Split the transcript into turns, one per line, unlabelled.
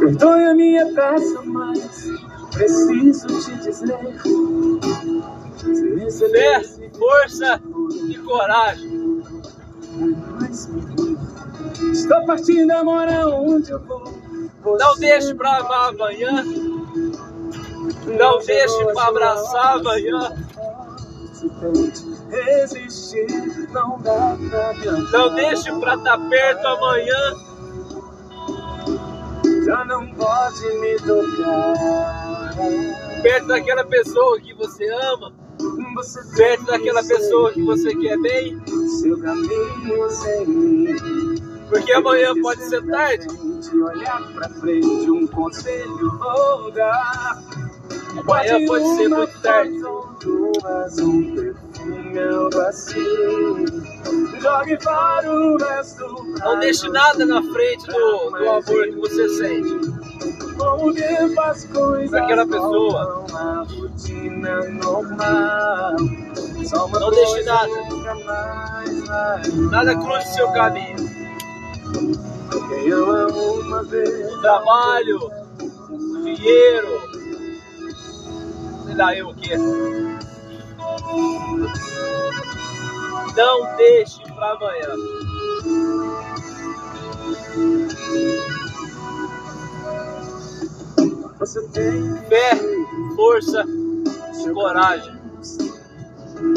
Perdoe a minha pressa, mas preciso te dizer. Se
Fé, força e coragem.
Estou partindo agora onde eu vou. Você
Não deixe pra amar amanhã. Não deixe pra abraçar amanhã.
Resistir não dá pra adiantar.
Não deixe pra estar perto amanhã.
Já não pode me tocar.
Perto daquela pessoa que você ama.
Você tem
Perto daquela pessoa que
seguir
você quer bem.
Seu caminho sem mim.
Porque amanhã pode ser tarde.
Frente, olhar pra frente, um conselho vou dar.
Amanhã pode ser
uma
muito tarde.
foto, Duas, um perfume, algo assim. Jogue para o resto.
Não deixe nada na frente do, do amor que você sente.
Como Deus faz coisas.
Daquela pessoa.
voltam à rotina normal. Só uma
Não deixe
coisa
nada.
nunca mais vai mudar.
Nada cruze seu caminho.
Quem eu amo uma vez.
O trabalho, o dinheiro. Sei lá eu o quê. Não deixe pra amanhã.
Você tem
Fé, força e coragem.